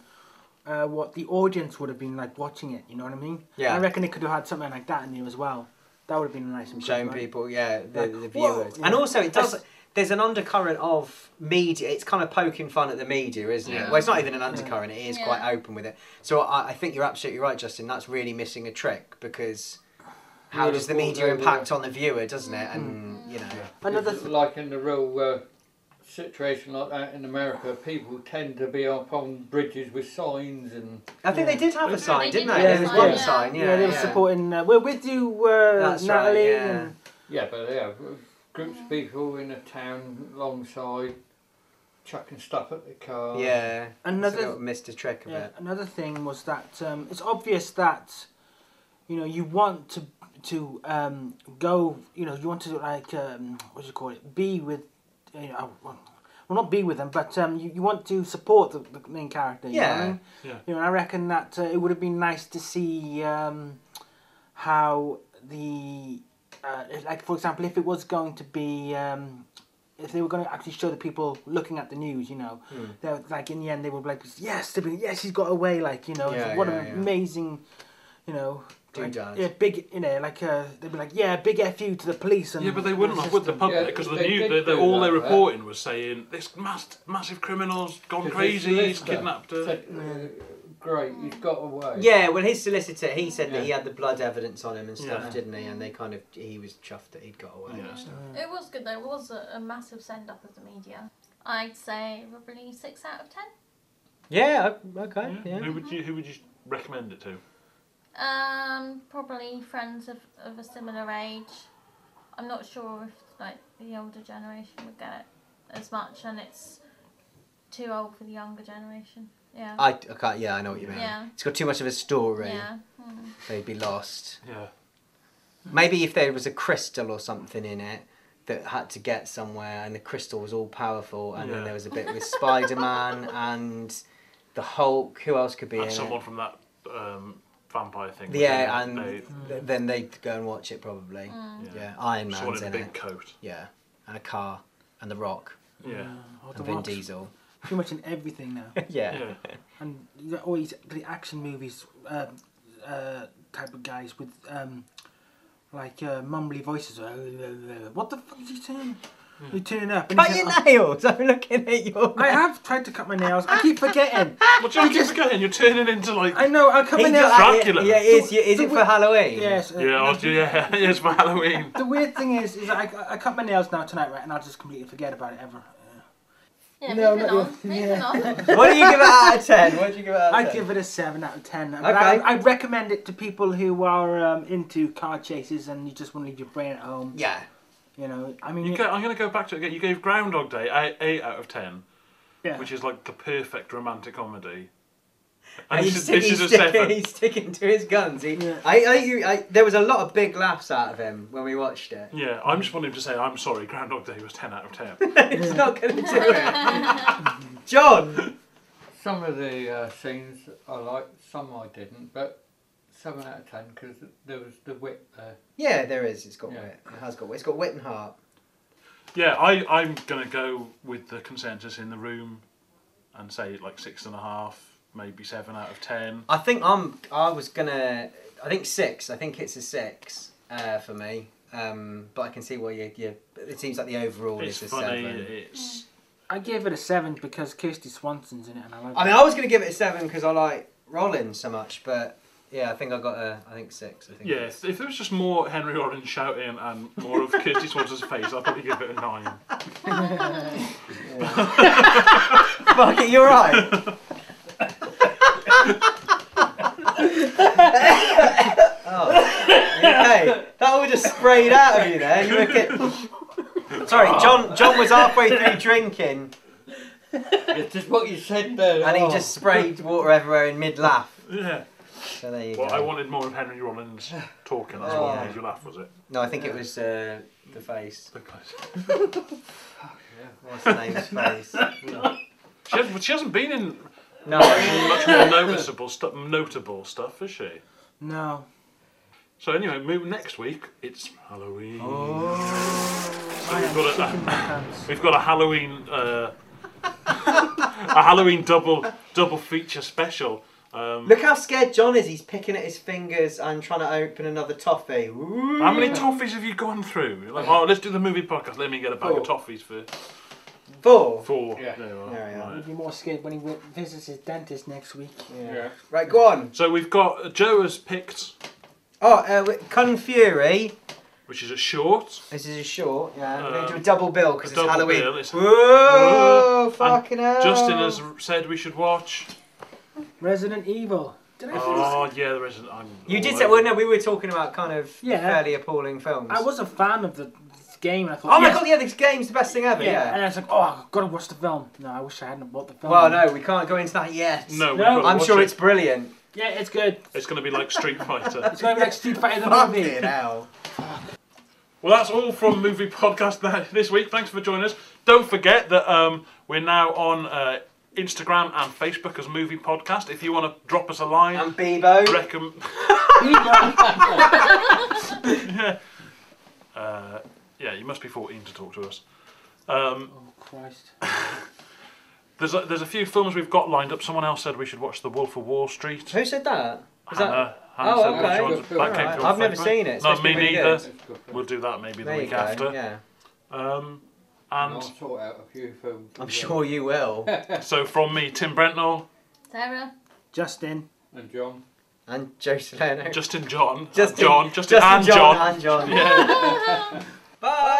[SPEAKER 3] uh, what the audience would have been like watching it. You know what I mean?
[SPEAKER 11] Yeah.
[SPEAKER 3] I reckon they could have had something like that in there as well. That would have been a nice.
[SPEAKER 11] showing
[SPEAKER 3] improvement.
[SPEAKER 11] people, yeah, the,
[SPEAKER 3] Like,
[SPEAKER 11] the
[SPEAKER 3] whoa,
[SPEAKER 11] viewers.
[SPEAKER 3] yeah.
[SPEAKER 11] And also, it does.
[SPEAKER 3] That's-
[SPEAKER 11] There's an undercurrent of media. It's kind of poking fun at the media, isn't it?
[SPEAKER 3] Yeah.
[SPEAKER 11] Well, it's not even an
[SPEAKER 3] Yeah.
[SPEAKER 11] undercurrent. It is
[SPEAKER 3] Yeah.
[SPEAKER 11] quite open with it. So I, I think you're absolutely right, Justin. That's really missing a trick because how
[SPEAKER 4] You'd
[SPEAKER 11] does the
[SPEAKER 4] have thought
[SPEAKER 11] media
[SPEAKER 4] they
[SPEAKER 11] impact
[SPEAKER 4] were-
[SPEAKER 11] on the viewer, doesn't it? And you know,
[SPEAKER 4] Another like in the real uh, situation like that in America, people tend to be up on bridges with signs and.
[SPEAKER 11] I think they did have a sign, didn't they?
[SPEAKER 3] Yeah,
[SPEAKER 11] There's
[SPEAKER 3] yeah.
[SPEAKER 11] one sign. Yeah,
[SPEAKER 3] they were supporting. Uh, we're with you, uh, Natalie. and,
[SPEAKER 4] Yeah, but yeah, groups of people in a town alongside, chucking stuff at the car.
[SPEAKER 11] Yeah,
[SPEAKER 3] Another-
[SPEAKER 11] so missed a trick a
[SPEAKER 3] yeah,
[SPEAKER 11] bit.
[SPEAKER 3] another thing was that um, it's obvious that you know you want to to um, go. You know you want to like um, what do you call it? Be with you know. oh, Well, not be with them, but um, you, you want to support the, the main character. You know what I
[SPEAKER 11] Yeah.
[SPEAKER 3] mean?
[SPEAKER 11] Yeah.
[SPEAKER 3] You know, I reckon that uh, it would have been nice to see um, how the uh, if- like for example, if it was going to be um, if they were going to actually show the people looking at the news, you know,
[SPEAKER 11] Hmm.
[SPEAKER 3] they were, like in the end they were like, yes, they'd be, yes, he's got away, like you know, it's
[SPEAKER 11] Yeah,
[SPEAKER 3] what
[SPEAKER 11] yeah,
[SPEAKER 3] an
[SPEAKER 11] yeah.
[SPEAKER 3] amazing, you know. Like,
[SPEAKER 11] Doodad.
[SPEAKER 3] yeah, big, you know, like uh, they'd be like, yeah, big f you to the police and
[SPEAKER 1] Yeah, but they wouldn't
[SPEAKER 11] Mm.
[SPEAKER 1] have, would the
[SPEAKER 3] system.
[SPEAKER 1] public? Because the news, they, they, all they're reporting was saying this mass, massive criminal's gone crazy, he's kidnapped her.
[SPEAKER 4] uh, Great, he's got away.
[SPEAKER 11] Yeah, well, his solicitor he said that he
[SPEAKER 4] Yeah.
[SPEAKER 11] had the blood evidence on him and stuff,
[SPEAKER 4] Yeah.
[SPEAKER 11] didn't he? And they kind of he was chuffed that he'd got away and stuff.
[SPEAKER 2] It was good though. It was a, a massive send off of the media. I'd say probably six out of ten.
[SPEAKER 11] Yeah. Okay.
[SPEAKER 1] Yeah. Who would you Who would you recommend it to?
[SPEAKER 2] Um, probably friends of, of a similar age. I'm not sure if like the older generation would get it as much, and it's too old for the younger generation. Yeah.
[SPEAKER 3] Ah,
[SPEAKER 11] I, I can't, yeah, I know what you mean.
[SPEAKER 2] Yeah.
[SPEAKER 11] It's got too much of a story.
[SPEAKER 2] Yeah. Mm.
[SPEAKER 11] They'd be lost.
[SPEAKER 1] Yeah.
[SPEAKER 11] Maybe if there was a crystal or something in it that had to get somewhere and the crystal was all powerful and
[SPEAKER 1] Yeah.
[SPEAKER 11] then there was a bit with Spider Man and the Hulk, who else could be in
[SPEAKER 1] And
[SPEAKER 11] it?
[SPEAKER 1] someone from that um, vampire thing. was
[SPEAKER 11] Yeah,
[SPEAKER 1] in
[SPEAKER 11] and
[SPEAKER 1] it.
[SPEAKER 11] th- then they'd go and watch it probably.
[SPEAKER 1] Mm.
[SPEAKER 11] Yeah.
[SPEAKER 1] Yeah.
[SPEAKER 11] Iron
[SPEAKER 1] Someone
[SPEAKER 11] Man's
[SPEAKER 1] in
[SPEAKER 11] in
[SPEAKER 1] a big
[SPEAKER 11] it.
[SPEAKER 1] coat.
[SPEAKER 11] Yeah, and a car, and The Rock.
[SPEAKER 1] Yeah.
[SPEAKER 3] Oh, The
[SPEAKER 11] and Vin
[SPEAKER 3] Rock's
[SPEAKER 11] Diesel.
[SPEAKER 3] Pretty much in everything now.
[SPEAKER 11] Yeah.
[SPEAKER 3] And they're always the action movies um, uh, type of guys with um, like uh, mumbly voices. What the fuck is he saying?
[SPEAKER 1] Hmm.
[SPEAKER 3] You turn up. And
[SPEAKER 11] Cut
[SPEAKER 3] he's
[SPEAKER 11] your
[SPEAKER 3] like, "Oh,
[SPEAKER 11] nails! I'm looking at your.
[SPEAKER 3] I have tried to cut my nails. I keep forgetting.
[SPEAKER 1] What do you keep forgetting? You're turning into like.
[SPEAKER 3] I know. I cut my
[SPEAKER 1] He's
[SPEAKER 3] nails.
[SPEAKER 1] Dracula.
[SPEAKER 11] Yeah, is, is it
[SPEAKER 3] the
[SPEAKER 11] for Halloween?
[SPEAKER 3] Yes. uh,
[SPEAKER 1] Yeah, I'll do, yeah, it's for Halloween.
[SPEAKER 3] The weird thing is, is I, I cut my nails now tonight, right, and I'll just completely forget about it ever.
[SPEAKER 2] Yeah,
[SPEAKER 3] No,
[SPEAKER 2] moving
[SPEAKER 3] not
[SPEAKER 2] on.
[SPEAKER 3] you.
[SPEAKER 2] Moving
[SPEAKER 3] Yeah.
[SPEAKER 2] on.
[SPEAKER 11] What do you give it out of 10? What do you give it out of 10?
[SPEAKER 3] I give it a seven out of ten. But
[SPEAKER 11] Okay.
[SPEAKER 3] I, I recommend it to people who are um, into car chases and you just want to leave your brain at home.
[SPEAKER 11] Yeah.
[SPEAKER 3] You know, I mean,
[SPEAKER 1] You go, I'm going to go back to it again. You gave Groundhog Day eight, eight out of ten,
[SPEAKER 3] Yeah.
[SPEAKER 1] which is like the perfect romantic comedy.
[SPEAKER 11] And
[SPEAKER 1] And
[SPEAKER 11] he's,
[SPEAKER 1] this is,
[SPEAKER 11] stick-
[SPEAKER 1] this is a
[SPEAKER 11] he's sticking-
[SPEAKER 1] seven.
[SPEAKER 11] he's sticking to his guns. He, I, I, you, I, there was a lot of big laughs out of him when we watched it.
[SPEAKER 1] Yeah, I'm just wanting to say I'm sorry. Groundhog Day was ten out of ten.
[SPEAKER 11] it's not going to do it. John!
[SPEAKER 4] Some of the uh, scenes I liked, some I didn't, but 7 out of 10 because there was the whip there.
[SPEAKER 11] Yeah, there is. It's got
[SPEAKER 4] Yeah.
[SPEAKER 11] wit. It has got wit. It's got wit and heart.
[SPEAKER 1] Yeah, I, I'm going to go with the consensus in the room and say like six and a half, maybe seven out of ten.
[SPEAKER 11] I think I'm. I was gonna. I think six. I think it's a six uh, for me. Um, but I can see why you. you it seems like the overall
[SPEAKER 1] It's
[SPEAKER 11] is a
[SPEAKER 1] funny.
[SPEAKER 11] seven.
[SPEAKER 1] It's
[SPEAKER 3] I gave it a seven because Kirsty Swanson's in it, and I like.
[SPEAKER 11] I mean,
[SPEAKER 3] it.
[SPEAKER 11] I was going to give it a seven because I like Rollins so much, but yeah, I think I got a. I think six. I think
[SPEAKER 1] yeah. If, if there was just more Henry Rodden shouting and more of Kirsty Swanson's face, I'd probably give it a nine.
[SPEAKER 11] Fuck it, you're right. oh, okay. That would have made out of you there. You were ki- Sorry, John. John was halfway through drinking.
[SPEAKER 4] It's just what you said there.
[SPEAKER 11] And he
[SPEAKER 4] oh.
[SPEAKER 11] just sprayed water everywhere in mid laugh.
[SPEAKER 1] Yeah.
[SPEAKER 11] So there you
[SPEAKER 1] Well,
[SPEAKER 11] go.
[SPEAKER 1] I wanted more of Henry Rollins talking. That's
[SPEAKER 11] Yeah.
[SPEAKER 1] what made you laugh, was it?
[SPEAKER 11] No, I think it was uh, the face. What's the name's face?
[SPEAKER 1] She hasn't, she hasn't been in
[SPEAKER 11] No.
[SPEAKER 1] much more noticeable stuff, notable stuff, has she?
[SPEAKER 3] No.
[SPEAKER 1] So anyway, move next week. It's Halloween.
[SPEAKER 11] Oh.
[SPEAKER 1] So
[SPEAKER 3] I
[SPEAKER 1] we've
[SPEAKER 3] am
[SPEAKER 1] got a,
[SPEAKER 3] shitting my pants.
[SPEAKER 1] We've got a Halloween uh, a Halloween double double feature special. Um,
[SPEAKER 11] Look how scared John is. He's picking at his fingers and trying to open another toffee. Ooh.
[SPEAKER 1] how many toffees have you gone through? You're Like, oh, let's do the movie podcast. Let me get a bag of toffees for
[SPEAKER 11] Four.
[SPEAKER 1] four.
[SPEAKER 4] Yeah.
[SPEAKER 1] There you are.
[SPEAKER 11] There we are.
[SPEAKER 1] Right.
[SPEAKER 3] He'd be more scared when he wi- visits his dentist next week.
[SPEAKER 4] Yeah.
[SPEAKER 11] Right, go on.
[SPEAKER 1] So we've got uh, Joe has picked,
[SPEAKER 11] Oh, uh, w- Con Fury.
[SPEAKER 1] which is a short.
[SPEAKER 11] This is a short. Yeah, we're going to do
[SPEAKER 1] Um,
[SPEAKER 11] a double bill because
[SPEAKER 1] a
[SPEAKER 11] it's
[SPEAKER 1] double
[SPEAKER 11] Halloween.
[SPEAKER 1] bill, it's-
[SPEAKER 11] Whoa,
[SPEAKER 1] Whoa,
[SPEAKER 11] fucking hell.
[SPEAKER 1] Justin has said we should watch.
[SPEAKER 3] Resident Evil. Did I finish?
[SPEAKER 1] Oh yeah, there isn't. I'm
[SPEAKER 11] You
[SPEAKER 1] all
[SPEAKER 11] did
[SPEAKER 1] over.
[SPEAKER 11] say, well, no, we were talking about kind of
[SPEAKER 3] Yeah.
[SPEAKER 11] fairly appalling films.
[SPEAKER 3] I was a fan of the game. And I thought,
[SPEAKER 11] Oh my
[SPEAKER 3] yes,
[SPEAKER 11] god, yeah, this game's the best thing ever,
[SPEAKER 3] yeah.
[SPEAKER 11] yeah.
[SPEAKER 3] And I was like, oh, I've got to watch the film. No, I wish I hadn't bought the film.
[SPEAKER 11] Well, no, we can't go into that yet.
[SPEAKER 1] No, we've
[SPEAKER 3] No.
[SPEAKER 1] got to
[SPEAKER 11] I'm
[SPEAKER 1] watch
[SPEAKER 11] sure
[SPEAKER 1] it.
[SPEAKER 11] it's brilliant.
[SPEAKER 3] Yeah, it's good.
[SPEAKER 1] It's going to be like Street Fighter.
[SPEAKER 3] It's going to be like Street Fighter the
[SPEAKER 11] Fucking
[SPEAKER 3] movie.
[SPEAKER 11] hell.
[SPEAKER 1] well, that's all from Movie Podcast tha- this week. Thanks for joining us. Don't forget that um, we're now on uh, Instagram and Facebook as Movie Podcast. If you want to drop us a line,
[SPEAKER 11] And Bebo.
[SPEAKER 1] recommend. yeah. Uh, yeah, you must be 14 to talk to us. Um,
[SPEAKER 3] Oh, Christ.
[SPEAKER 1] there's, a, there's a few films we've got lined up. Someone else said we should watch The Wolf of Wall Street.
[SPEAKER 11] Who said that? Was that-
[SPEAKER 1] Hannah, Hannah
[SPEAKER 11] Oh,
[SPEAKER 1] said we
[SPEAKER 11] okay.
[SPEAKER 1] should watch-
[SPEAKER 4] Good
[SPEAKER 1] that came
[SPEAKER 11] film.
[SPEAKER 1] through
[SPEAKER 11] I've
[SPEAKER 1] on
[SPEAKER 11] never
[SPEAKER 1] Facebook.
[SPEAKER 11] seen it. It's
[SPEAKER 1] No,
[SPEAKER 11] supposed to
[SPEAKER 1] me
[SPEAKER 11] be really
[SPEAKER 1] neither.
[SPEAKER 11] good.
[SPEAKER 1] We'll do that maybe the
[SPEAKER 11] There you
[SPEAKER 1] week
[SPEAKER 11] go.
[SPEAKER 1] after.
[SPEAKER 11] Yeah.
[SPEAKER 1] Um,
[SPEAKER 4] And I'll
[SPEAKER 1] and
[SPEAKER 4] sort out a few films. uh,
[SPEAKER 11] I'm
[SPEAKER 4] as well.
[SPEAKER 11] sure you will.
[SPEAKER 1] so from me, Tim Brentnell,
[SPEAKER 2] Sarah.
[SPEAKER 3] Justin.
[SPEAKER 4] And John.
[SPEAKER 11] And Joe Salerno.
[SPEAKER 1] Justin John,
[SPEAKER 11] Justin-
[SPEAKER 1] John, Justin,
[SPEAKER 11] Justin
[SPEAKER 1] and John.
[SPEAKER 11] And John.
[SPEAKER 1] Yeah.
[SPEAKER 11] Bye.